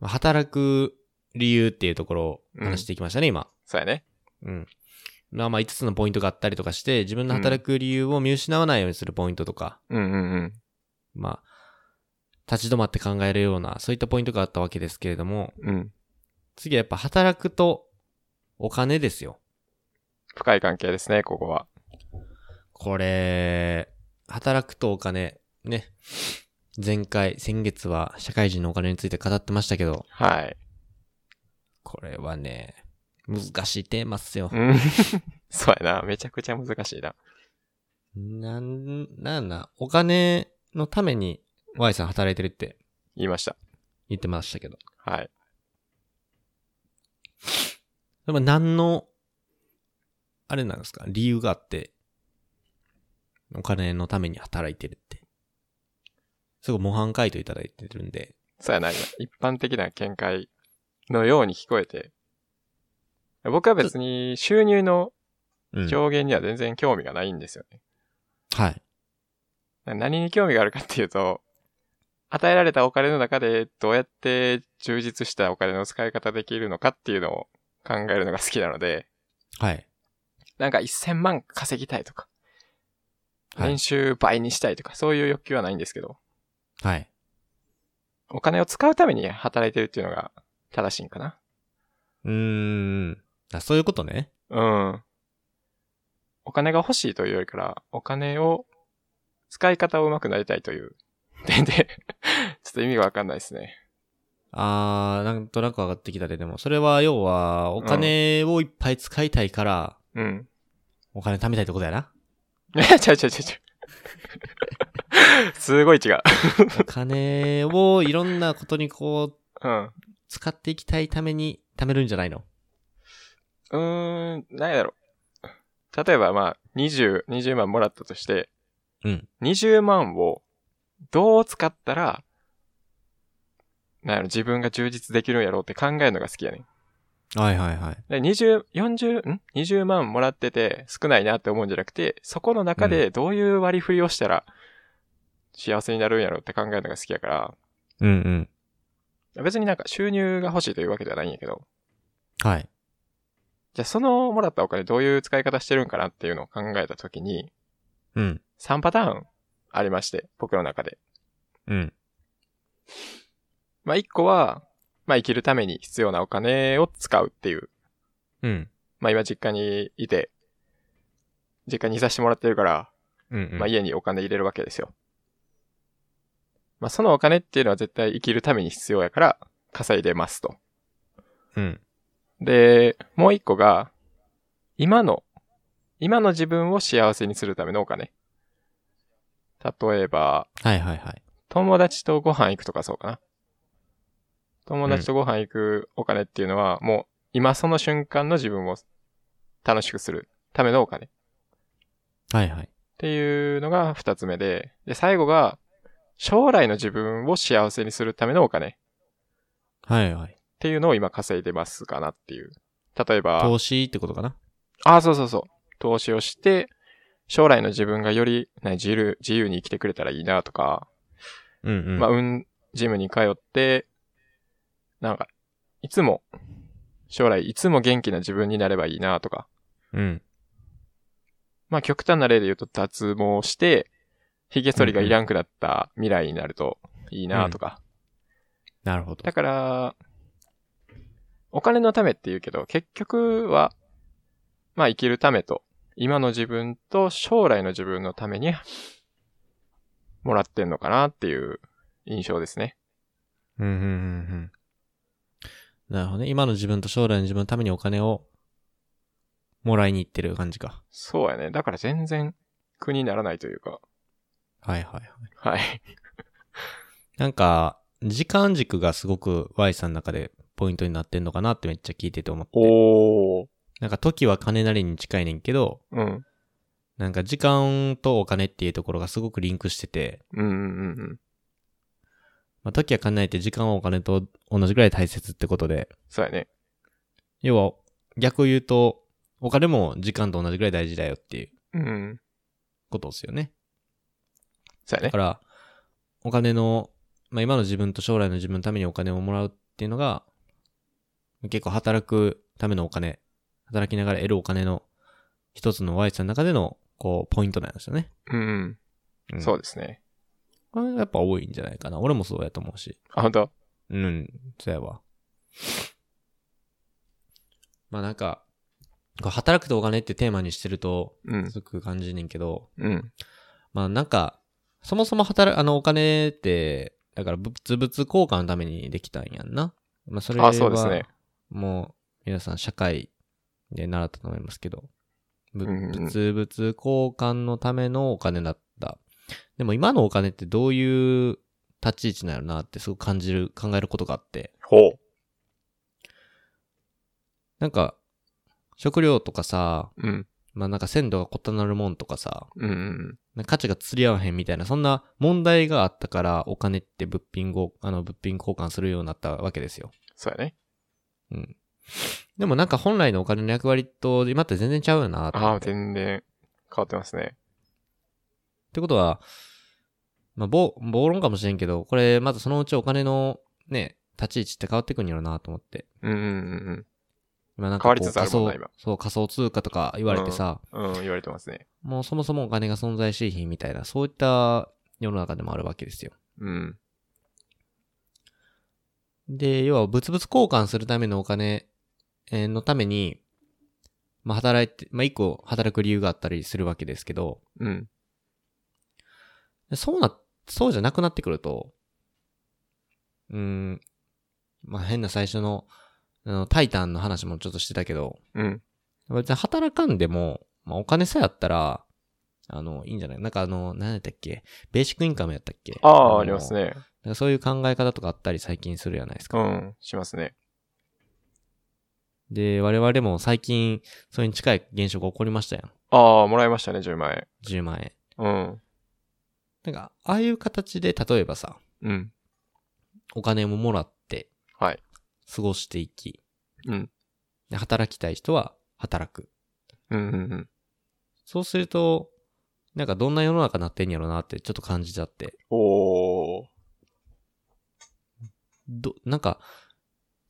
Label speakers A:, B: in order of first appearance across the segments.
A: まあ働く理由っていうところを話していきましたね、今。
B: そうやね。
A: うん。まあまあ5つのポイントがあったりとかして、自分の働く理由を見失わないようにするポイントとか、
B: うんうんうん。
A: まあ、立ち止まって考えるような、そういったポイントがあったわけですけれども、
B: うん。
A: 次はやっぱ働くとお金ですよ。
B: 深い関係ですね、ここは。
A: これ、働くとお金、ね。前回、先月は社会人のお金について語ってましたけど、
B: はい。
A: これはね、難しいテーマっすよ
B: う。ん。 そうやな。めちゃくちゃ難しいな。
A: なん、なんだ、お金のために Y さん働いてるって
B: 言いました。
A: 言ってましたけど。
B: はい。
A: でも何の、あれなんですか理由があって、お金のために働いてるって。すごい模範回答いただいてるんで。
B: そうやな。一般的な見解のように聞こえて。僕は別に収入の
A: うん
B: 上限には全然興味がないんですよね。
A: はい。
B: 何に興味があるかっていうと、与えられたお金の中でどうやって充実したお金の使い方できるのかっていうのを考えるのが好きなので、
A: はい。
B: なんか1000万稼ぎたいとか、
A: はい
B: 年収倍にしたいとか、そういう欲求はないんですけど、
A: はい。
B: お金を使うために働いてるっていうのが正しいんかな。
A: うーん。あそういうことね。
B: うん。お金が欲しいというよりから、お金を、使い方をうまくなりたいという点で、ちょっと意味がわかんないですね。
A: あー、なんとなく上がってきたで、でも、それは要は、お金をいっぱい使いたいから、
B: うん。
A: お金貯めたいってことやな。
B: え、ちゃうちゃうちゃうちゃう。すごい違う。
A: お金をいろんなことにこう、
B: うん。う
A: 使っていきたいために貯めるんじゃないの
B: ーん、何だろう。例えばまあ、20、20万もらったとして、
A: うん。
B: 20万をどう使ったら、なんやろ、自分が充実できるんやろうって考えるのが好きやねん。
A: はいはいはい。
B: で、20、40、ん ?20 万もらってて少ないなって思うんじゃなくて、そこの中でどういう割り振りをしたら幸せになるんやろって考えるのが好きやか
A: うんうん。
B: ら、別になんか収入が欲しいというわけではないんやけど、
A: はい。
B: じゃあそのもらったお金どういう使い方してるんかなっていうのを考えたときに、
A: うん。
B: 3パターンありまして、僕の中で。
A: うん。
B: まあ、1個は、まあ、生きるために必要なお金を使うっていう。
A: うん。
B: まあ、今実家にいて、実家にいさせてもらってるから、
A: うん、うん。
B: まあ、家にお金入れるわけですよ。まあ、そのお金っていうのは絶対生きるために必要やから、稼いでますと。
A: うん。
B: で、もう一個が、今の、今の自分を幸せにするためのお金。例えば、
A: はいはいはい。
B: 友達とご飯行くとかそうかな。友達とご飯行くお金っていうのは、もう今その瞬間の自分を楽しくするためのお金っ
A: はいはい。
B: ていうのが二つ目で、で、最後が将来の自分を幸せにするためのお金っ
A: はいはい。
B: ていうのを今稼いでますかなっていう。例えば、
A: 投資ってことかな
B: ああ、そうそうそう。投資をして、将来の自分がより、ね、自由、自由に生きてくれたらいいなとか、
A: うんうん。
B: まあ、うん、ジムに通って、なんか、いつも、将来いつも元気な自分になればいいなとか、
A: うん。
B: まあ、極端な例で言うと脱毛して、髭剃りがいらんくなった未来になるといいなとか。
A: なるほど
B: だ。から、お金のためって言うけど、結局は、まあ、生きるためと、今の自分と将来の自分のために、もらってんのかなっていう印象ですね。
A: うんうんうんうん。なるほどね。今の自分と将来の自分のためにお金をもらいに行ってる感じか。
B: そうやね。だから全然苦にならないというか。
A: はいはいはい。
B: はい。
A: なんか、時間軸がすごく Y さんの中でポイントになってんのかなってめっちゃ聞いてて思って。
B: おー。
A: なんか時は金なりに近いねんけど、
B: うん。
A: なんか時間とお金っていうところがすごくリンクしてて、
B: うんうんうんうん。
A: まあ、時は金なりって時間はお金と同じぐらい大切ってことで、
B: そうやね。
A: 要は、逆を言うと、お金も時間と同じぐらい大事だよっていう
B: うん。
A: ことですよね。
B: そうや
A: だ
B: ね
A: か。ら、お金の、まあ、今の自分と将来の自分のためにお金をもらうっっていうのが、結構働くためのお金、働きながら得るお金の一つの Y さんの中での、こう、ポイントなんですよね。
B: うん。
A: うん
B: そうですね。
A: これがやっぱ多いんじゃないかな。俺もそうやと思うし。
B: あ、本当
A: うん、そうやわ。まあなんか、こう働くとお金ってテーマにしてると、
B: うん。
A: すごく感じねんけど、
B: うん。
A: まあなんか、そもそも働く、あのお金って、だから物々交換のためにできたんやんな。まあそれは、
B: あそうですね
A: もう皆さん社会で習ったと思いますけど、ぶ
B: うんうん
A: 物々交換のためのお金だった。でも今のお金ってどういう立ち位置なのなってすごく感じる、考えることがあって、
B: ほ
A: なんか、食料とかさ、
B: う。うん。
A: まあなんか鮮度が異なるもんとかさ、
B: うんうん。
A: なんか価値が釣り合わへんみたいな、そんな問題があったから、お金って物品ご、あの、物品交換するようになったわけですよ。
B: そうやね。
A: うん。でもなんか本来のお金の役割と今って全然ちゃうよなと思
B: ああ、
A: って。っ
B: 全然変わってますね。
A: てことは、まあ、暴、暴論かもしれんけど、これ、まずそのうちお金のね、立ち位置って変わってくんやろなと思って。
B: うんうん
A: 今なんか
B: 変わり
A: こう
B: つつあるもんな
A: 仮想そう、仮想通貨とか言われてさ、
B: うんうん。うん、言われてますね。
A: もうそもそもお金が存在しいひんみたいな、そういった世の中でもあるわけですよ。
B: うん。
A: で、要は物々交換するためのお金えーのために、まあ、働いて、まあ、一個働く理由があったりするわけですけど、
B: うん。
A: そうな、そうじゃなくなってくると、うーん、まあ、変な最初の、あの、タイタンの話もちょっとしてたけど、
B: うん。
A: 別に働かんでも、まあ、お金さえあったら、あの、いいんじゃないなんかあの、何やったっけベーシックインカムやったっけ
B: あ
A: の
B: あ、ありますね。
A: なんかそういう考え方とかあったり最近するじゃないですか
B: う。ん。しますね。
A: で、我々も最近、それに近い現象が起こりましたやん。
B: ああ、もらいましたね、10万円。
A: 10万円。
B: うん。
A: なんか、ああいう形で、例えばさ、
B: うん。
A: お金ももらって、
B: はい。
A: 過ごしていき、
B: うん。
A: で働きたい人は働く。
B: うんうんうん。
A: そうすると、なんかどんな世の中になってんやろうなってちょっと感じちゃって。
B: おー。
A: ど、なんか、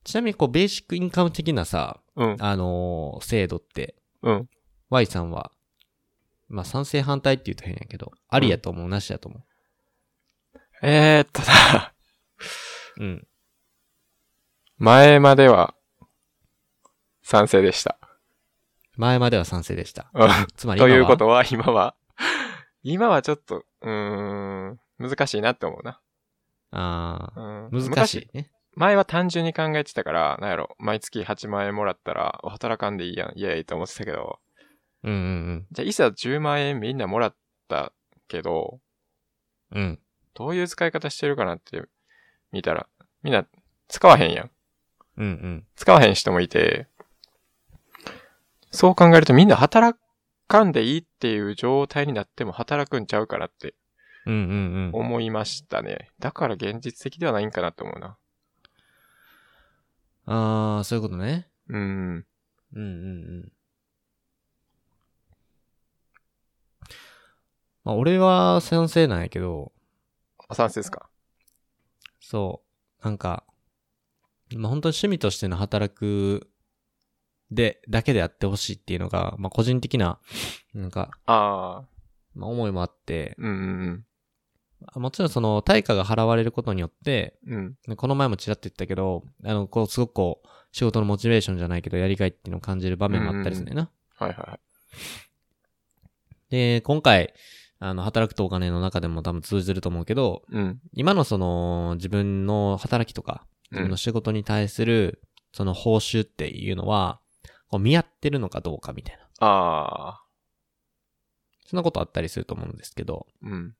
A: ちなみにこう、ベーシックインカム的なさ、
B: うん。
A: あのー制度って、
B: うん。
A: Y さんは、まあ、賛成反対って言うと変やけど、ありやと思う、なしやと思
B: えー、っとさ、
A: う。うん。
B: 前までは、賛成でした。
A: 前までは賛成でした。
B: うん
A: つまり今
B: と
A: は、
B: いうことは、今は、今はちょっと、うーん、難しいなって思うな。
A: ああ、
B: うん、
A: 難しいね。
B: 前は単純に考えてたから、なんやろ、毎月8万円もらったら、お働かんでいいやん、イエーイと思ってたけど、
A: うんうん
B: じゃあいざ10万円みんなもらったけど、
A: うん。うん。
B: どういう使い方してるかなって見たら、みんな使わへんやん。
A: うんうん。
B: 使わへん人もいて、そう考えるとみんな働かんでいいっていう状態になっても働くんちゃうかなって
A: うんうんうん。
B: 思いましたね。だから現実的ではないんかなと思うな。
A: ああ、そういうことね。
B: うん。
A: うんうんうん。まあ、俺は賛成なんやけど、
B: あ賛成ですか
A: そう、なんか、まあ、本当に趣味としての働くで、だけでやってほしいっていうのが、まあ、個人的な、なんか、
B: ああ、
A: まあ、思いもあって、
B: うんうん
A: もちろんその、対価が払われることによって、
B: うん。うん。
A: ねこの前もちらっと言ったけど、あの、こう、すごくこう、仕事のモチベーションじゃないけど、やりがいっていうのを感じる場面もあったりするねんな。
B: はいはいはい。
A: で、今回、あの、働くとお金の中でも多分通じると思うけど、
B: うん。
A: 今のその、自分の働きとか、自
B: う
A: 分
B: ん
A: の。仕事に対する、その報酬っていうのは、こう見合ってるのかどうかみたいな。
B: ああ、
A: そんなことあったりすると思うんですけど、
B: うん。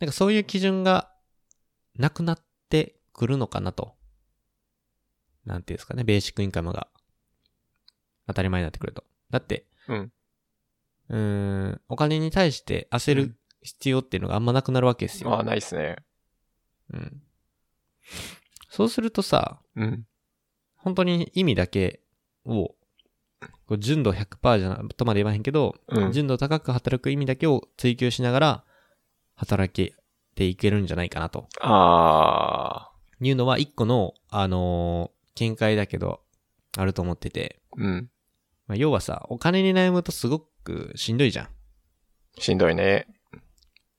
A: なんかそういう基準がなくなってくるのかなと。なんていうんですかね、ベーシックインカムが当たり前になってくると。だって、
B: うん。
A: うーん、お金に対して焦
B: う
A: る
B: ん
A: 必要っていうのがあんまなくなるわけです
B: ああ、
A: よ。
B: ないっすね。
A: うん。そうするとさ、
B: うん。
A: 本当に意味だけを、こう純度100%じゃな、とまで言わへんけど、
B: うん
A: 純度高く働く意味だけを追求しながら、働けていけるんじゃないかなと。
B: ああ、
A: いうのは一個の、あのー見解だけど、あると思ってて、
B: うん。
A: まあ、要はさ、お金に悩むとすごくしんどいじゃん。
B: しんどいね。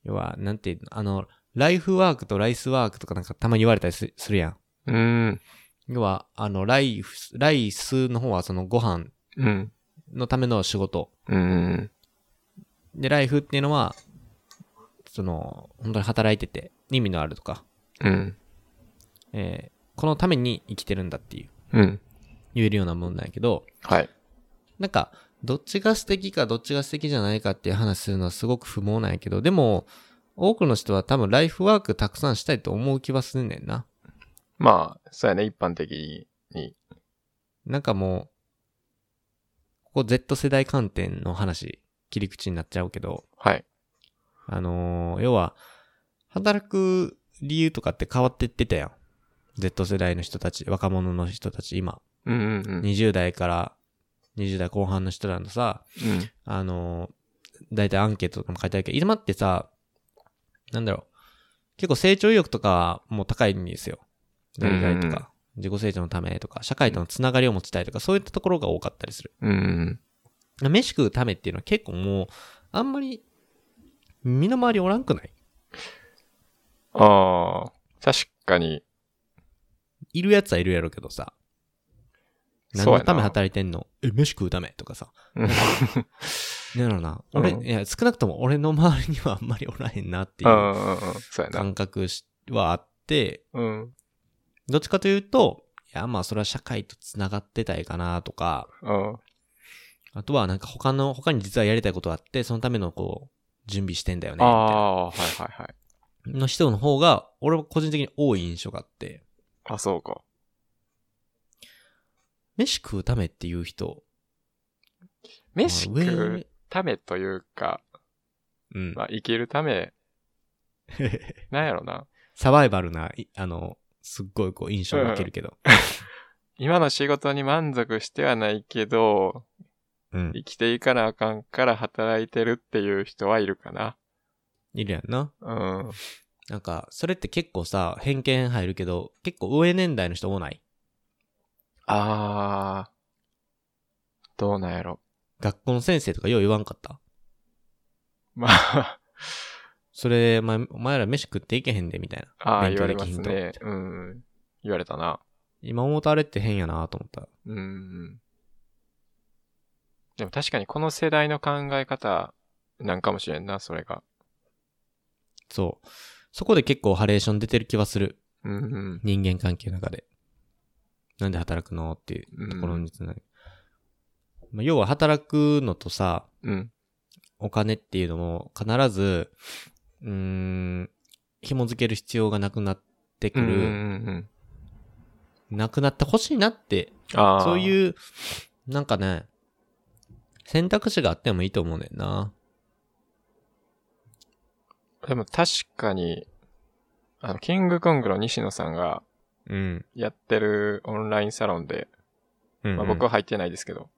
A: 要は、なんていうの、あの、ライフワークとライスワークとかなんかたまに言われたりすするやん。
B: うん。
A: 要は、あの、ライフ、ライスの方はそのご飯
B: うん。
A: のための仕事。
B: うん。
A: で、ライフっていうのは、その、本当に働いてて、意味のあるとか、
B: うん。
A: えーこのために生きてるんだっていう、
B: うん。
A: 言えるようなもんなんやけど、
B: はい。
A: なんか、どっちが素敵かどっちが素敵じゃないかっていう話するのはすごく不毛なんやけど、でも、多くの人は多分ライフワークたくさんしたいと思う気はすんねんな。
B: まあ、そうやね、一般的に。
A: なんかもう、ここ Z 世代観点の話、切り口になっちゃうけど、
B: はい。
A: あのー要は、働く理由とかって変わってってたやん。Z 世代の人たち、若者の人たち、今、
B: うんうんうん。
A: 20代から20代後半の人らのさ、
B: うん。
A: あの、だいたいアンケートとかも書いてあるけど、今ってさ、なんだろう、結構成長意欲とかも高いんですよ。やりたいと
B: うんうん
A: か、自己成長のためとか、社会とのつながりを持ちたいとか、そういったところが多かったりする。
B: うん。
A: 飯食うためっていうのは結構もう、あんまり、身の回りおらんくない
B: ああ、確かに。
A: いるやつはいるやろうけどさ。何
B: そう
A: の
B: やな
A: ため働いてんのえ、飯食うためとかさ。
B: うん
A: なんだろうな。俺、
B: うん
A: いや、少なくとも俺の周りにはあんまりおらへんなって
B: う
A: い
B: ん
A: う
B: うんうん。そうやな。
A: 感覚しはあって、
B: うん。
A: どっちかというと、いや、まあ、それは社会と繋がってたいかなとか、
B: うん。
A: あとはなんか他の、他に実はやりたいことがあって、そのためのこう、準備してんだよね、み
B: あ
A: たいな
B: あ、はいはいはい。
A: の人の方が、俺は個人的に多い印象があって、
B: あ、そうか。
A: 飯食うためっていう人。
B: 飯
A: まあ
B: 食
A: 上
B: うためというか、
A: うん
B: ま。あ、生きるため、なんやろな。
A: サバイバルな、いあの、すっごいこう、印象が受けるけど。
B: 今の仕事に満足してはないけど、
A: うん。
B: 生きていかなあかんから働いてるっていう人はいるかな。
A: いるやんな。
B: うん。
A: なんか、それって結構さ、偏見入るけど、結構上年代の人多ない。
B: あー。どうなんやろ。
A: 学校の先生とかよう言わんかった。
B: まあ、
A: それ、まあ、お前ら飯食っていけへんで、みたいな。
B: ああ、
A: 勉強
B: 言わ
A: で
B: れ
A: き
B: ま
A: ひ
B: す
A: んと
B: ね。うん。言われたな。
A: 今思うとあれって変やなと思った。
B: うん。でも確かにこの世代の考え方なんかもしれんな、それが。
A: そう。そこで結構ハレーション出てる気はする。
B: うんうん。
A: 人間関係の中で。なんで働くのっていうところにつながる。まあ要は働くのとさ、
B: うん。
A: お金っていうのも必ず、うーん、紐づける必要がなくなってく
B: うんうんう
A: る。
B: ん。
A: なくなってほしいなって、
B: ああ。
A: そう
B: う。
A: いう、なんかね、選択肢があってもいいと思うねんな。
B: でも確かに、あの、キングコングの西野さんが
A: うん。
B: やってるオンラインサロンで、
A: うん、
B: まあ、僕は入ってないですけど、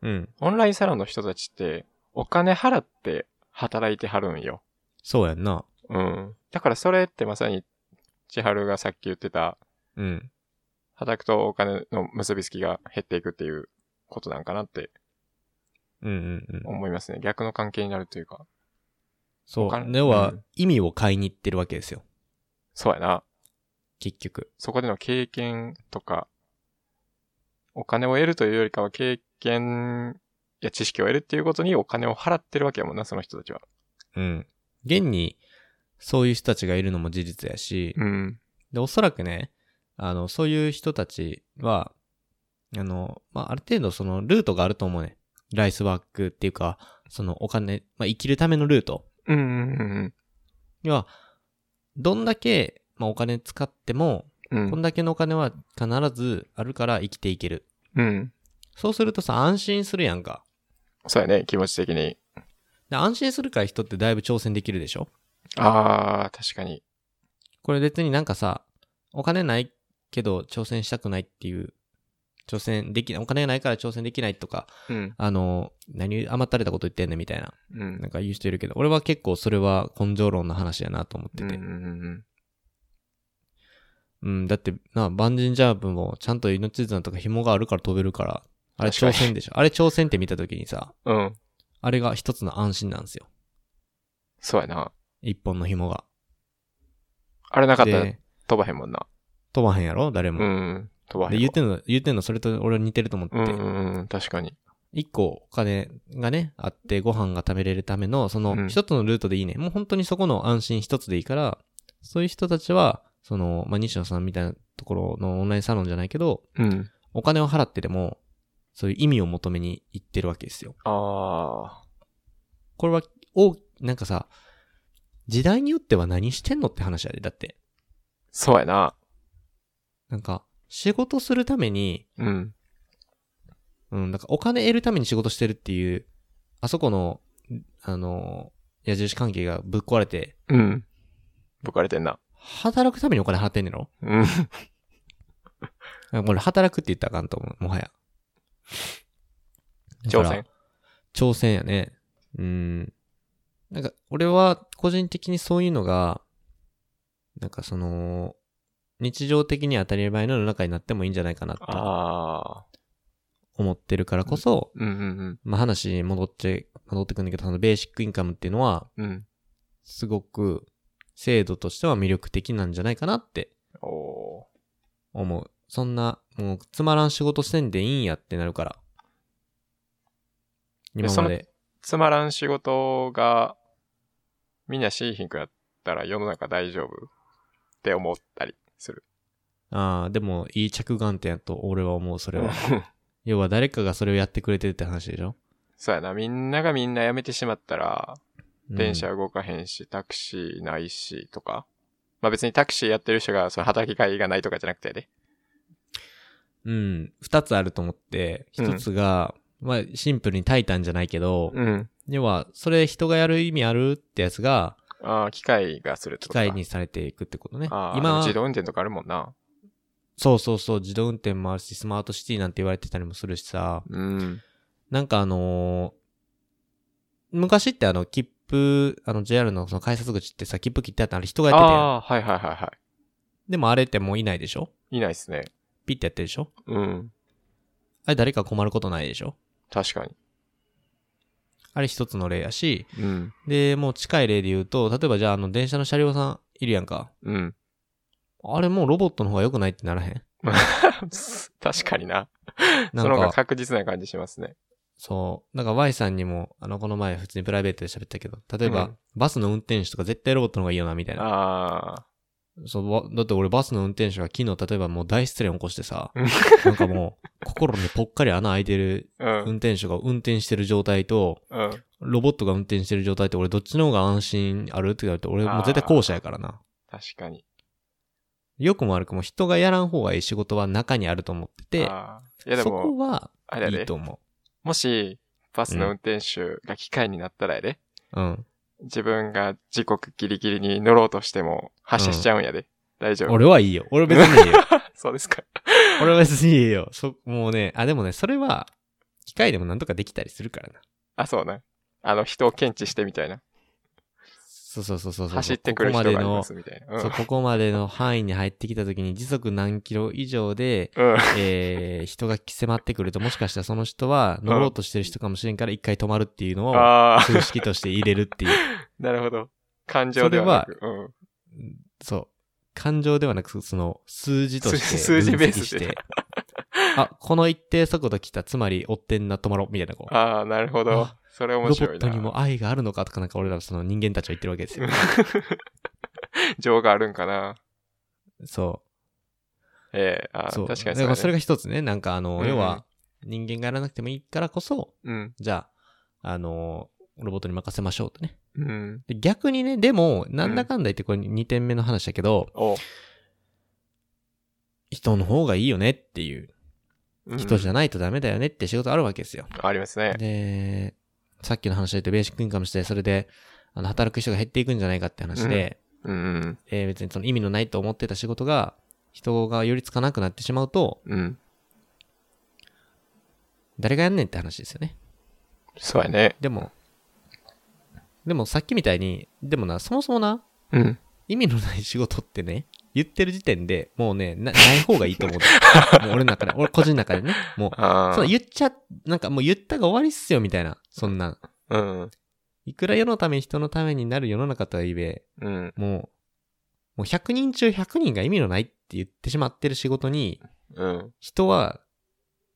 A: うん。
B: オンラインサロンの人たちって、お金払って働いてはるんよ。
A: そうやんな。
B: うん。だからそれってまさに、千春がさっき言ってた、
A: うん。
B: 働くとお金の結びつきが減っていくっていうことなんかなって
A: うんうんうん。
B: 思いますね。逆の関係になるというか。
A: そ
B: 他
A: う。
B: の
A: では
B: うん、
A: 意味を買いに行ってるわけですよ。
B: そうやな。
A: 結局。
B: そこでの経験とか、お金を得るというよりかは経験や知識を得るっていうことにお金を払ってるわけやもんな、その人たちは。
A: うん。現に、そういう人たちがいるのも事実やし、
B: うん。
A: で、おそらくね、あの、そういう人たちは、あの、まあ、ある程度そのルートがあると思うね。ライスワークっていうか、そのお金、まあ、生きるためのルート。
B: うんうん
A: 要は、どんだけ、まあ、お金使っても、
B: うんうん。
A: こん
B: う
A: だけのお金は必ずあるから生きていける。
B: ん。うん。
A: そうするとさ、安心するやんか。
B: そうやね、気持ち的に。
A: で安心するから人ってだいぶ挑戦できるでしょ
B: ああ、確かに。
A: これ別になんかさ、お金ないけど挑戦したくないっていう、挑戦できない、お金がないから挑戦できないとか、
B: うん。
A: あの、何甘ったれたこと言ってんねんみたいな、
B: うん。うん
A: なんか言う人いるけど、俺は結構それは根性論の話やなと思っ
B: う
A: て
B: んう
A: て、
B: んうん。
A: うん、だって、な、バンジンジャープもちゃんと命綱とか紐があるから飛べるから、あれ
B: 確か
A: 挑
B: に
A: 戦でしょ。あれ挑戦って見た時にさ、
B: うん。
A: あれが一つの安心なんですよ。
B: そうやな。
A: 一本の紐が。
B: あれなかったら
A: で、
B: 飛ばへんもんな。
A: 飛ばへんやろ誰
B: う
A: も。
B: ん。飛ばへ
A: で、
B: ん
A: 言
B: わ
A: っ。てんの、言ってんの、それと俺は似てると思って
B: う。んうんうん。確かに。
A: 一個お金がね、あってご飯が食べれるための、そうの
B: ん
A: 一つのルートでいいね。もう本当にそこの安心一つでいいから、そういう人たちは、その、まあ、西野さんみたいなところのオンラインサロンじゃないけど、
B: うん。
A: お金を払ってでも、そういう意味を求めに行ってるわけですよ。
B: ああ。
A: これは、お、なんかさ、時代によっては何してんのって話やで。だって、
B: そうやな。
A: なんか、仕事するために、
B: うん。
A: うん、なんかお金得るために仕事してるっていう、あそこの、あの、矢印関係がぶっ壊れて、
B: うん。ぶっかれてんな。
A: 働くためにお金払ってんねんろ
B: うん。
A: これ働くって言ったらあかんと思う、もはや。
B: 挑
A: だか
B: 戦
A: ら。挑戦やね。うん。なんか、俺は個人的にそういうのが、なんかその、日常的に当たり前の世の中になってもいいんじゃないかなと
B: ああ。
A: 思ってるからこそ、
B: うんうん
A: まあ話に戻って、戻ってくんだけど、そのベーシックインカムっていうのは、
B: うん。うん。
A: すごく制度としては魅力的なんじゃないかなって
B: おお
A: 思う。そんな、もうつまらん仕事してんでいいんやってなるから。今
B: そ
A: ま
B: の
A: で。
B: ー。つまらん仕事が、みんなしいひんくやったら世の中大丈夫って思ったりする。
A: ああ、でもいい着眼点やと俺は思う、それは。
B: そ
A: 要は誰かがそれをやってくれてるって話でしょ
B: うやな。みんながみんな辞めてしまったら、
A: うん
B: 電車動かへんし、タクシーないし、とか。まあ別にタクシーやってる人が、その働きがいがないとかじゃなくてね。
A: うん。二つあると思って、
B: うん
A: 一つが、まあシンプルにタイタンじゃないけど、
B: うん。
A: 要はそれ人がやる意味あるってやつが、
B: ああ、機械がするって
A: 機
B: ことか。
A: 械に。されていくってことね。
B: ああ、
A: 今
B: 今
A: は
B: 自動運転とかあるもんな。
A: そうそうそう、自動運転もあるし、スマートシティなんて言われてたりもするしさ、
B: うん。
A: なんかあのー昔ってあの、切符、あの JR のその改札口ってさ、切符切ってあったのあれ人がやってたやん。
B: ああー、はいはいはいは
A: でもあれってもういないでしょ
B: い。いないっすね。
A: ピッてやってるでしょ
B: うん。
A: あれ誰か困ることないでしょ
B: 確かに。
A: あれ一つの例やし、
B: うん。
A: で、もう近い例で言うと、例えばじゃああの電車の車両さんいるやんか。
B: うん。
A: あれもうロボットの方が良くないってならへん
B: 確かにな。
A: な
B: その
A: ん
B: 方が
A: か、
B: 確実な感じしますね。
A: そう。なんか Y さんにも、あの、この前普通にプライベートで喋ったけど、例えば、
B: うん
A: バスの運転手とか絶対ロボットの方がいいよな、みたいな。
B: あ
A: そう、わだって俺バスの運転手が昨日例えばもう大失恋起こしてさ
B: うん、
A: なんかもう心にぽっかり穴開いてる
B: あ。うん。
A: 運転手が運転してる状態と、
B: うん。
A: ロボットが運転してる状態って俺どっちの方が安心あるって言われて俺もう絶対後者やからな。
B: 確かに。
A: 良くも悪くも人がやらん方がいい仕事は中にあると思って
B: あーい
A: て、
B: やで
A: そこ
B: も、
A: は
B: あれや
A: いい
B: で
A: と。思
B: もし、バスの運転手が機械になったらやで。
A: う。うん。
B: 自分が時刻ギリギリに乗ろうとしても発車しちゃうんやで。大丈夫。
A: 俺はいいよ。俺別にい いよ。
B: そうですか。
A: 俺は別にいいよ。そ、もうね、あ、でもね、それは機械でもなんとかできたりするからな。
B: あ、そうね。あの、人を検知してみたいな。
A: そうそうそうそうそう。
B: 走ってくる
A: ここま
B: 人
A: で
B: がい
A: の
B: ますみたいな。う
A: そう、
B: ん。
A: ここまでの範囲に入ってきた時に時速何キロ以上で、
B: うん。
A: えー、人が迫ってくると、もしかしたらその人は乗ろうとしてる人かもしれんから一回止まるっていうのを
B: ああ、
A: 数式として入れるっていう。
B: なるほど。感情ではなく。うん。
A: そう。感情ではなく、その数字として
B: 数字
A: 分
B: ベ
A: 析
B: ース
A: し
B: で
A: て。あ、この一定速度来た、つまり追ってんな、止まろう、みたいなこう。
B: ああ、なるほど
A: あ。
B: それ
A: ロボ
B: 面白
A: ッ
B: い
A: ト
B: な。
A: にも愛があるのかとかなんか俺らその人間たちは言ってるわけですよ。
B: 情があるんかな。
A: そう。
B: ええああ
A: そう。
B: 確か
A: だ
B: にそう,、
A: からそれが一つね、なんかあの、
B: うん
A: 要は人間がやらなくてもいいからこそ、
B: うん。
A: じゃあ、あのーロボットに任せましょうとね。
B: うん。
A: で逆にね、でも、なんだかんだ言ってこれ2点目の話だけど、
B: お、
A: 人の方がいいよねっていう、
B: うん
A: 人じゃないとダメだよねって仕事あるわけですよ。
B: ありますね。
A: で、さっきの話で言うとベーシックインカムして、それで、あの、働く人が減っていくんじゃないかって話で、
B: うんうん。
A: えー別にその意味のないと思ってた仕事が、人が寄りつかなくなってしまうと、
B: うん。
A: 誰がやんねんって話ですよね。
B: そうやね。
A: でも、でもさっきみたいに、でもな、そもそもな、
B: うん。
A: 意味のない仕事ってね、言ってる時点で、もうね、な、ない方がいいと思う。もう俺の中で、俺個人の中でね、もう、
B: あ
A: そ
B: あ
A: の。言っちゃ、なんかもう言ったが終わりっすよ、みたいな。そんなん。
B: うん。
A: いくら世のため人のためになる世の中とはいえ、
B: うん。
A: もう、もう100人中100人が意味のないって言ってしまってる仕事に、
B: うん。
A: 人は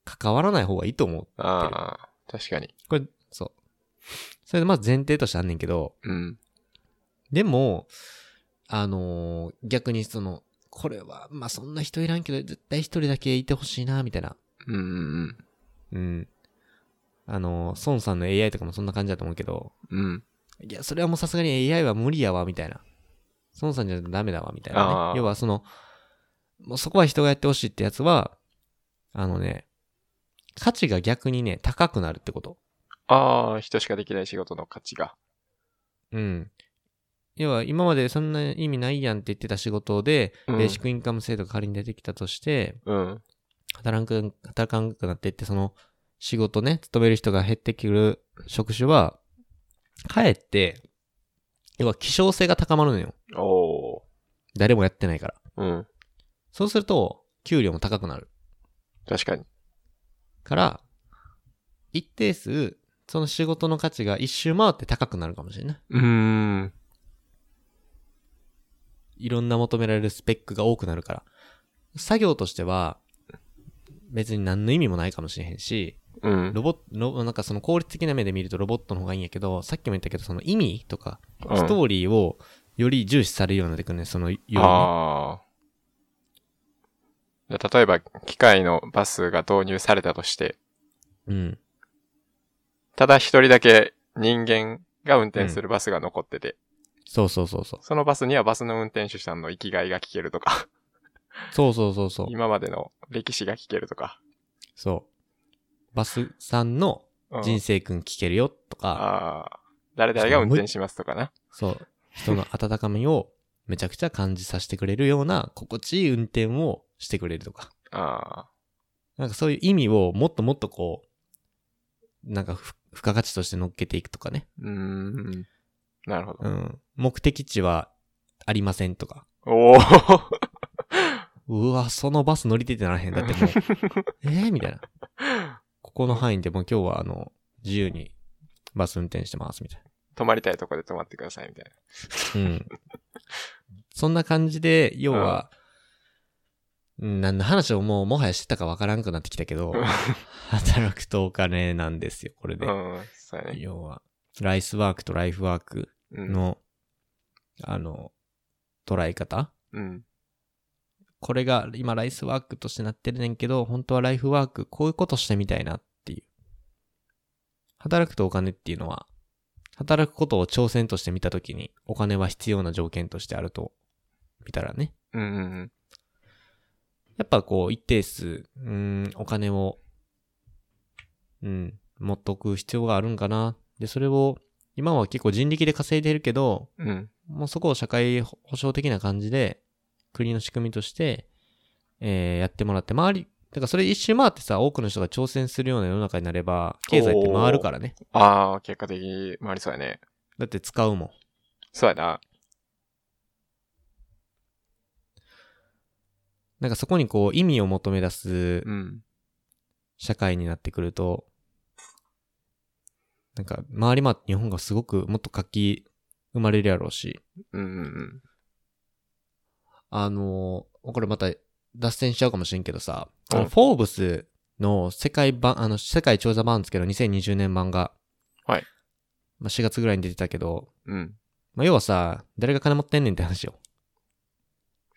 A: 関わらない方がいいと思う。
B: ああ。確かに。
A: これ、そう。それでまず前提としてあんねんけど、
B: うん。
A: でも、あのー逆にその、これは、まあ、そんな人いらんけど、絶対一人だけいてほしいな、みたいな。
B: うんうん
A: うん。あのー孫さんの AI とかもそんな感じだと思うけど、
B: うん。うん。
A: いや、それはもうさすがに AI は無理やわ、みたいな。孫さんじゃダメだわ、みたいな
B: あ、ー
A: ね。要はその、もうそこは人がやってほしいってやつは、あのね、価値が逆にね、高くなるってこと。
B: ああ、人しかできない仕事の価値が。
A: うん。要は今までそんな意味ないやんって言ってた仕事で、
B: うん
A: ベーシックインカム制度が仮に出てきたとして、
B: うん。
A: 働く、働かんくなっていって、その仕事ね、勤める人が減ってくる職種は、かえって、要は希少性が高まるのよ。
B: おお
A: 誰もやってないから。
B: ー。うん。
A: そうすると、給料も高くなる。
B: 確かに。
A: から、一定数、その仕事の価値が一周回って高くなるかもしれない。
B: うーん。
A: いろんな求められるスペックが多くなるから。作業としては、別に何の意味もないかもしれへんし、
B: うん。
A: ロボット、なんかその効率的な目で見るとロボットの方がいいんやけど、さっきも言ったけど、その意味とか、
B: うん
A: ストーリーをより重視されるようになってくるね、そのようにね
B: ああ。じゃあ例えば、機械のバスが導入されたとして、
A: うん。
B: ただ一人だけ人間が運転するバスが残ってて、
A: そうそうそうそう。
B: そのバスにはバスの運転手さんの生きがいが聞けるとか、
A: そうそうそうそう。
B: 今までの歴史が聞けるとか。
A: そう。バスさんの
B: うん
A: 人生くん聞けるよとか、
B: ああ。誰々が運転しますとかな。
A: そう、人の温かみをめちゃくちゃ感じさせてくれるような心地いい運転をしてくれるとか、
B: あ
A: なんかそういう意味をもっともっとこう、なんかふ付加価値として乗っけていくとかね。
B: あ。うーん。なるほど。
A: うん。目的地はありませんとか。
B: おお
A: うわ、そのバス乗り出てならへん。だって もう、えーみたいな。ここの範囲でもう今日はあの、自由にバス運転してますみたいな。
B: 泊まりたいとこで泊まってくださいみたいな。
A: うん。そんな感じで、要は、うん、何の話をもうもはやしてたかわからんくなってきたけど
B: うん、
A: 働くとお金なんですよ、これで。
B: うん、そうやね。
A: 要は、ライスワークとライフワーク
B: うん。
A: の、あの、捉え方
B: うん。
A: これが今ライスワークとしてなってるねんけど、本当はライフワーク、こういうことしてみたいなっていう。働くとお金っていうのは、働くことを挑戦として見たときに、お金は必要な条件としてあると、見たらね。
B: うんうんうん。
A: やっぱこう、一定数、うーん、お金を、うん、持っとく必要があるんかな。で、それを、今は結構人力で稼いでるけど、
B: うん。
A: もうそこを社会保障的な感じで、国の仕組みとして、えーやってもらって、周り、だからそれ一周回ってさ、多くの人が挑戦するような世の中になれば、経済って回るからね。
B: ああ、結果的に回りそうやね。
A: だって使うもん。
B: そうやな。
A: なんかそこにこう、意味を求め出す
B: うん。
A: 社会になってくると、なんか、周り回って日本がすごくもっと活気生まれるやろうし、
B: うんうん
A: あのーこれまた脱線しちゃうかもしれんけどさ、あ
B: う
A: の、
B: ん
A: フォーブスの世界版、あの、世界調査版ですけど、2020年版が、
B: はい。
A: まあ、4月ぐらいに出てたけど、
B: うん。うん。
A: まあ、要はさ、誰が金持ってんねんって話よ。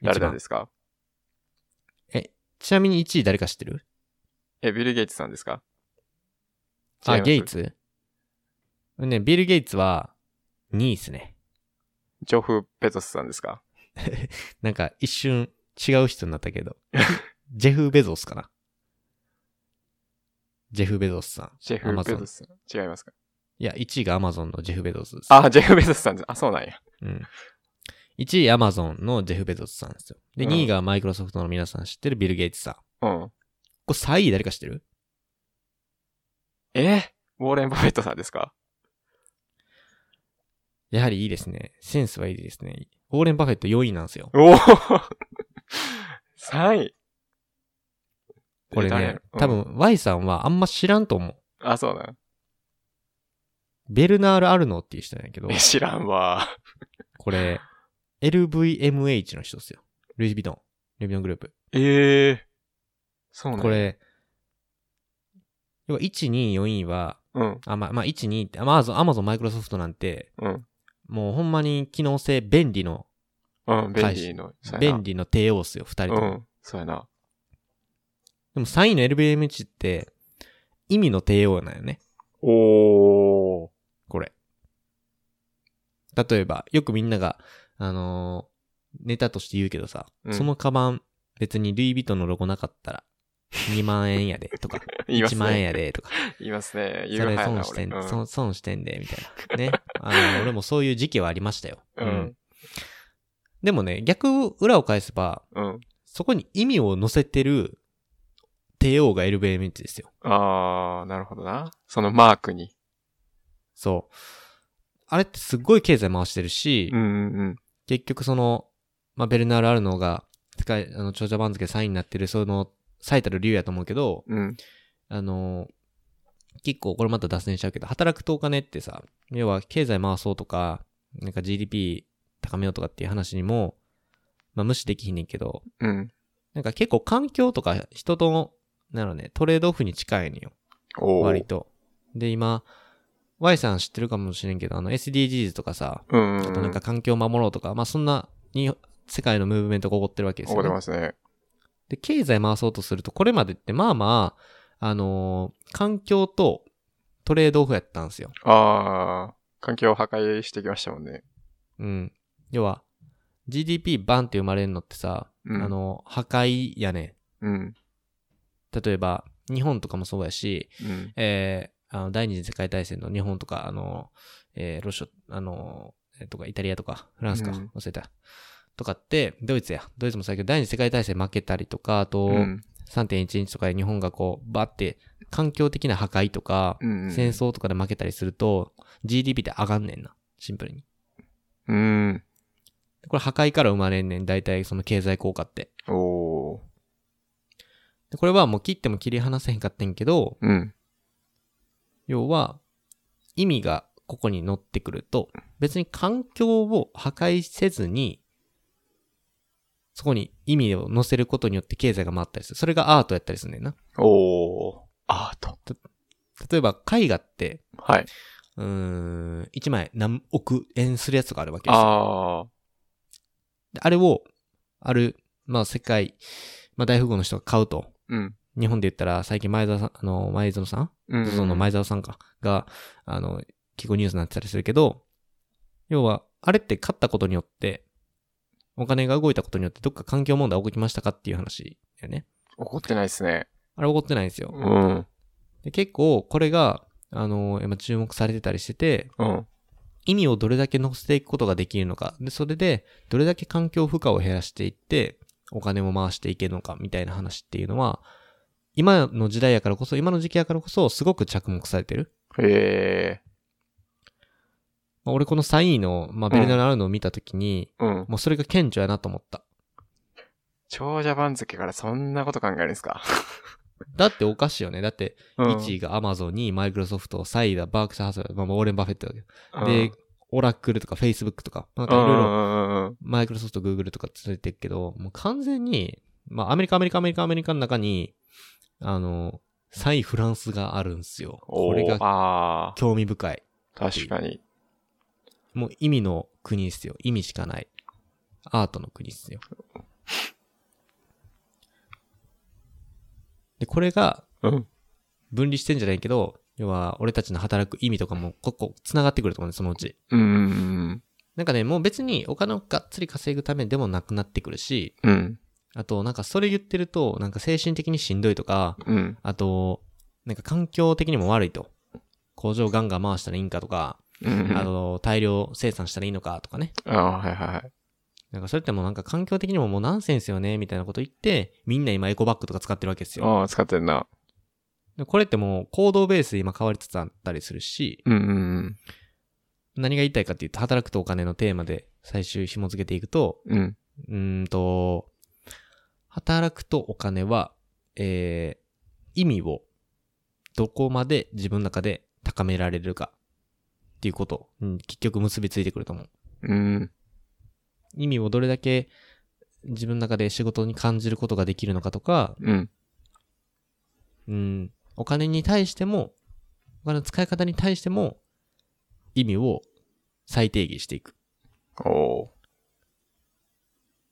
B: 誰なん
A: 一
B: で
A: 番
B: すか
A: ちなみに1位誰か知ってる
B: え、ビル・ゲイツさんですか
A: あ、ゲイ
B: ツ。
A: ツね、ビル・ゲイツは2位っすね。
B: ジョフ・ペトスさんですか
A: なんか一瞬違う人になった けど。ジェフ・ベゾスかな。ジェフ・ベゾスさん。
B: ジェ
A: Amazon
B: フ・ペトスさん。違いますか
A: いや、1位がアマゾンのジェフ・ベゾスです。
B: あ、ジェフ・ペトスさんです。あ、そうなんや。
A: うん。1位アマゾンのジェフ・ベゾスさんですよ。で、
B: うん
A: 2位がマイクロソフトの皆さん知ってるビル・ゲイツさん。
B: うん。
A: これ3位誰か知ってる
B: えウォーレン・バフェットさんですか
A: やはりいいですね。センスはいいですね。ウォーレン・バフェット4位なんですよ。
B: おお !3 位
A: これ
B: 誰
A: ね、
B: うん
A: 多分 Y さんはあんま知らんと思う。
B: あ、そうなん。
A: ベルナール・アルノーっていう人なんやけど
B: え、、知らんわ。
A: これ、LVMH の人ですよ。ルイ・ヴィトン。ルイ・ヴィトングループ。
B: ええそうなん。
A: こ。れ、要は1、2、4位は、
B: うん、
A: あ、まあ、まあ、1、2って、アマゾン、アマゾン、マイクロソフトなんて、
B: うん、
A: もうほんまに機能性便利の、
B: うん、便利の、そうやな
A: 便利の帝王っすよ、二人と
B: う
A: も。
B: ん、そうやな。
A: でも3位の LVMH って、意味の帝王なんよね。
B: おー。
A: これ。例えば、よくみんなが、あのーネタとして言うけどさ、
B: うん
A: そのカバン、別にルイ・ヴィトンのロゴなかったら、2万円やで、とか、
B: 言います
A: 1
B: ね。
A: 万円やで、とか、
B: 言いますね。
A: そ
B: 言う
A: れ
B: はや
A: 損
B: な、
A: して
B: 俺。
A: ん、
B: うん
A: 損損してんで、みたいな。ね。 あの、俺もそういう時期はありましたよ。
B: うん。
A: でもね、逆裏を返せば、
B: うん。
A: そこに意味を乗せてる、帝王が LVMH ですよ。
B: あー、なるほどな。そのマークに。
A: そう。あれってすっごい経済回してるし、
B: うんうんうん。
A: 結局その、まあ、ベルナール・アルノーが、世界、あの、長者番付3位になってる、その、最たる理由やと思うけど、
B: うん。
A: あの、結構これまた脱線しちゃうけど、働くとお金ってさ、要は経済回そうとか、なんか GDP 高めようとかっていう話にも、まあ無視できひんねんけど、
B: うん。
A: なんか結構環境とか人との、なのね、トレードオフに近いのよ。
B: おー。
A: 割と。で、今、Y さん知ってるかもしれんけど、あの SDGs とかさ、
B: うんうんうん。
A: あとなんか環境を守ろうとか、まあそんなに世界のムーブメントが起こってるわけですよ、
B: 怒って
A: ね
B: ま。すね。
A: で、経済回そうとすると、これまでってまあまあ、あのー環境とトレードオフやったんですよ。
B: あー、環境を破壊してきましたもんね。
A: うん。要は、GDP バンって生まれるのってさ、
B: うん
A: あのー破壊やね
B: うん。
A: ん。例えば、日本とかもそうやし、
B: うん。
A: えー、あの第二次世界大戦の日本とか、あのー、えーロシア、あのー、えーとか、イタリアとか、フランスか、
B: うん
A: 忘れた。とかって、ドイツや。ドイツも最近第二次世界大戦負けたりとか、あと、
B: うん。
A: 3.11とかで日本がこう、バーって環境的な破壊とか、
B: うんうん
A: 戦争とかで負けたりすると、GDP って上がんねんな。シンプルに。
B: うん。
A: これ破壊から生まれんねん。大体その経済効果って。
B: おー。
A: でこれはもう切っても切り離せへんかってんけど、
B: うん。
A: 要は、意味がここに乗ってくると、別に環境を破壊せずに、そこに意味を乗せることによって経済が回ったりする。それがアートやったりするねんな。
B: おー。アート。
A: 例えば絵画って、
B: はい。
A: うーん、1枚何億円するやつがあるわけですよ。
B: あ
A: であれを、ある、まあ世界、まあ大富豪の人が買うと。
B: ー。うん。
A: 日本で言ったら最近前澤さん、あの、前園さん
B: うん。
A: ゾゾの前澤さんか、が、あの、結構ニュースになってたりするけど、要は、あれって買ったことによって、お金が動いたことによってどっか環境問題起きましたかっていう話だよね。
B: 怒ってないですね。
A: あれ起こってないんですよ。
B: うん。
A: で結構これが、あの、今注目されてたりしてて、
B: うん。
A: 意味をどれだけ乗せていくことができるのか。で、それで、どれだけ環境負荷を減らしていって、お金も回していけるのか、みたいな話っていうのは、今の時代やからこそ、今の時期やからこそ、すごく着目されてる。
B: へえ。
A: まあ、俺この3位の、まあ、
B: うん
A: ベルナラルのを見たときに、
B: うん。
A: もうそれが顕著やなと思った。
B: 長者番付からそんなこと考えるんですか。
A: だっておかしいよね。だって、
B: うん
A: 1位がアマゾン、2位マイクロソフト、3位がバークシャーハスウェイ、まあ、まあウォーレン・バフェットだけど。で、、オラクルとかフェイスブックとか、まあな
B: うん
A: んかいろいろ
B: うん
A: マイクロソフト、グーグルとかついてるけど、もう完全に、まあアメリカ、アメリカ、アメリカ、アメリカの中に、あの、3位フランスがあるんすよ。これ
B: お
A: が
B: ーあ
A: 興味深い。
B: ー確かに。
A: もう意味の国ですよ。意味しかない。アートの国ですよ。で、これが
B: うん。
A: 分離してんじゃないけど、要は俺たちの働く意味とかも、ここ、繋がってくると思うね、そのうち。
B: うんうん
A: なんかね、もう別にお金をがっつり稼ぐためでもなくなってくるし、
B: うん。うん。
A: あと、なんかそれ言ってると、なんか精神的にしんどいとか、
B: うん。
A: あと、なんか環境的にも悪いと。工場ガンガン回したらいいんかとか、
B: うん。
A: あと、大量生産したらいいのかとかね。
B: あーはいはいはい。
A: なんかそれってもうなんか環境的にももうナンセンスよね、みたいなこと言って、みんな今エコバッグとか使ってるわけですよ。
B: ああ、使ってんな。
A: でこれってもう行動ベースで今変わりつつあったりするし、
B: うんうん
A: 何が言いたいかっていうと、働くとお金のテーマで最終紐付けていくと、
B: うん。
A: うーんと、働くとお金は、えー、意味をどこまで自分の中で高められるかっていうことに結局結びついてくると思う。
B: うん。
A: 意味をどれだけ自分の中で仕事に感じることができるのかとか、
B: うん。
A: うん、お金に対しても、お金の使い方に対しても、意味を再定義していく。
B: おー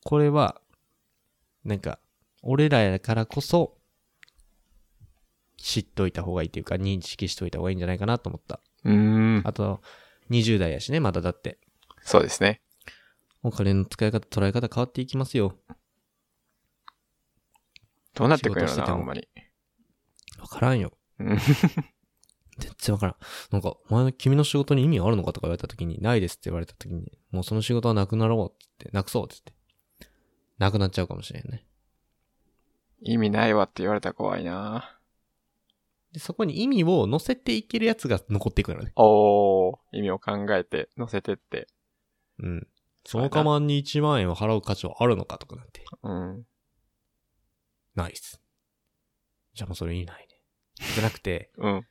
A: これは、なんか、俺らやからこそ、知っといた方がいいというか、認識しといた方がいいんじゃないかなと思った。
B: うーん。
A: あと、20代やしね、まだだって。
B: そうですね。
A: お金の使い方、捉え方変わっていきますよ。
B: どうなってくるのか
A: 仕事して
B: な、
A: ても
B: ほんまに。
A: わからんよ。
B: うん
A: 全然わからん。なんか、お前の君の仕事に意味あるのかとか言われた時に、ないですって言われた時に、もうその仕事はなくなろうってって、なくそうってって。なくなっちゃうかもしれんね。
B: 意味ないわって言われたら怖いな。
A: で、そこに意味を乗せていけるやつが残っていくのね。
B: おー意味を考えて、乗せてって。
A: うん。そのカバンに1万円を払う価値はあるのかとかなんて。
B: うん。
A: ないっす。じゃあもうそれいいないね。じゃなくて、
B: うん。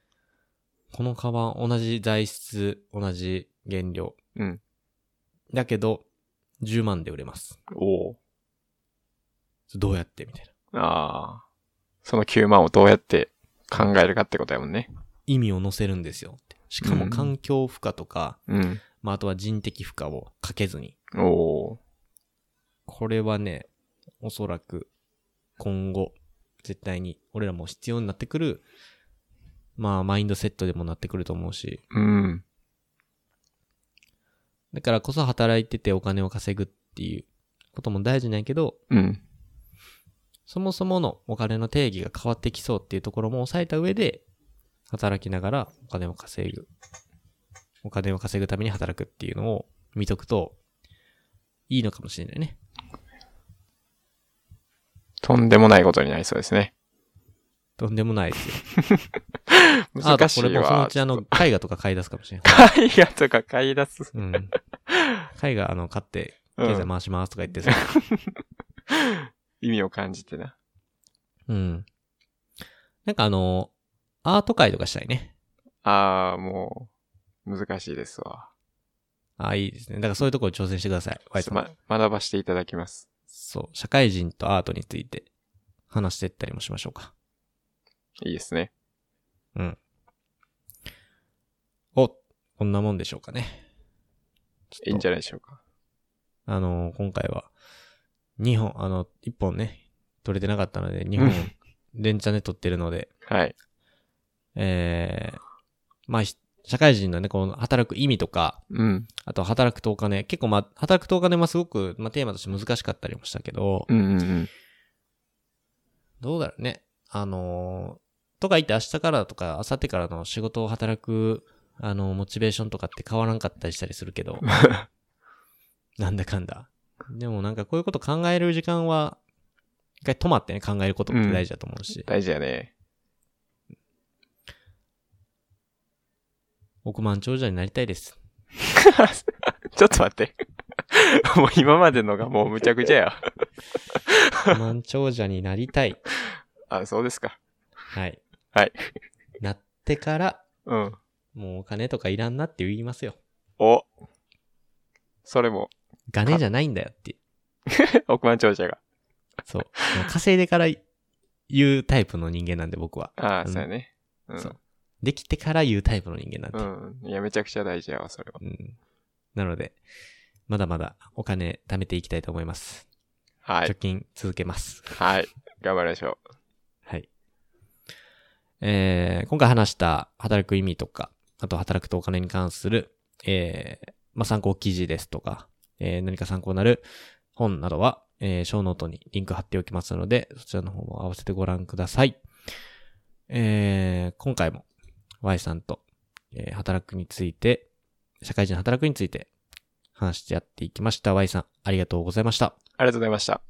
A: このカバン同じ材質、同じ原料。
B: うん。
A: だけど、10万で売れます。
B: おー
A: それどうやってみたいな。
B: ああ。その9万をどうやって考えるかってことやもんね。
A: 意味を乗せるんですよって。しか
B: う
A: も
B: ん
A: 環境負荷とか、
B: うん。
A: まああとは人的負荷をかけずに。
B: おお
A: これはね、おそらく今後、絶対に俺らも必要になってくる、まあマインドセットでもなってくると思うし、
B: ーうん。
A: だからこそ働いててお金を稼ぐっていうことも大事なんやけど、
B: うん。
A: そもそものお金の定義が変わってきそうっていうところも抑えた上で、働きながらお金を稼ぐ。お金を稼ぐために働くっていうのを見とくと、いいのかもしれないね。
B: とんでもないことになりそうですね。
A: とんでもないですよ。あと
B: 難し
A: こ
B: い
A: れもその
B: わ
A: う。ちあの、絵画とか買い出すかもしれない。
B: 絵画とか買い出す。
A: うん。絵画あの、買って、
B: うん
A: 経済回しますとか言ってさ。
B: 意味を感じてな。
A: うん。なんかあの、アート会とかしたいね。
B: ああ、もう、難しいですわ。
A: ああ、いいですね。だからそういうところに挑戦してください。ワイさん
B: ま、学ばしていただきます。
A: そう。社会人とアートについて話していったりもしましょうか。
B: いいですね。
A: うん。お、こんなもんでしょうかね。
B: いいんじゃないでしょうか。
A: あの、今回は、2本、あの、1本ね、取れてなかったので、2本
B: うん、
A: 連チャンで取ってるので、
B: はい。
A: えー、まあ、ひ社会人のね、この働く意味とか、
B: うん。
A: あと働くとお金、結構まあ、働くとお金もすごく、まあ、テーマとして難しかったりもしたけど、
B: うんうんうん。
A: どうだろうね。あのーとか言って明日からとか、明後日からの仕事を働く、あのーモチベーションとかって変わらんかったりしたりするけ ど、なんだかんだ。でもなんかこういうこと考える時間は、一回止まってね、考えることって大事だと思うし、
B: 大事やね。
A: 億万長者になりたい です。
B: ちょっと待って。 もう今までのがもうむちゃくちゃや。
A: 億万長者になりたい。
B: あ、そうですか。
A: はい。
B: はい。
A: なってから、
B: うん。
A: もうお金とかいらんなって言いますよ。
B: お。それも、
A: ガネじゃないんだよって。
B: 億万長者が。
A: そう。もう稼いでから言うタイプの人間なんで僕は。
B: ああ、
A: うん
B: そうやね。うん。
A: そうできてから言うタイプの人間なんで。
B: うん。いや、めちゃくちゃ大事やわ、それは。
A: うん。なので、まだまだお金貯めていきたいと思います。
B: は
A: 貯
B: い。
A: 金続けます。
B: はい。頑張りましょ
A: はい。えー、今回話した働く意味とか、あと働くとお金に関する、えー、まあ、参考記事ですとか、えー、何か参考になる本などは、えー、ショーノートにリンク貼っておきますので、そちらの方も合わせてご覧ください。えー、今回も Y さんと、えー、働くについて、社会人の働くについて話してやっていきました。Y さん、ありがとうございました。
B: う。ありがとうございました。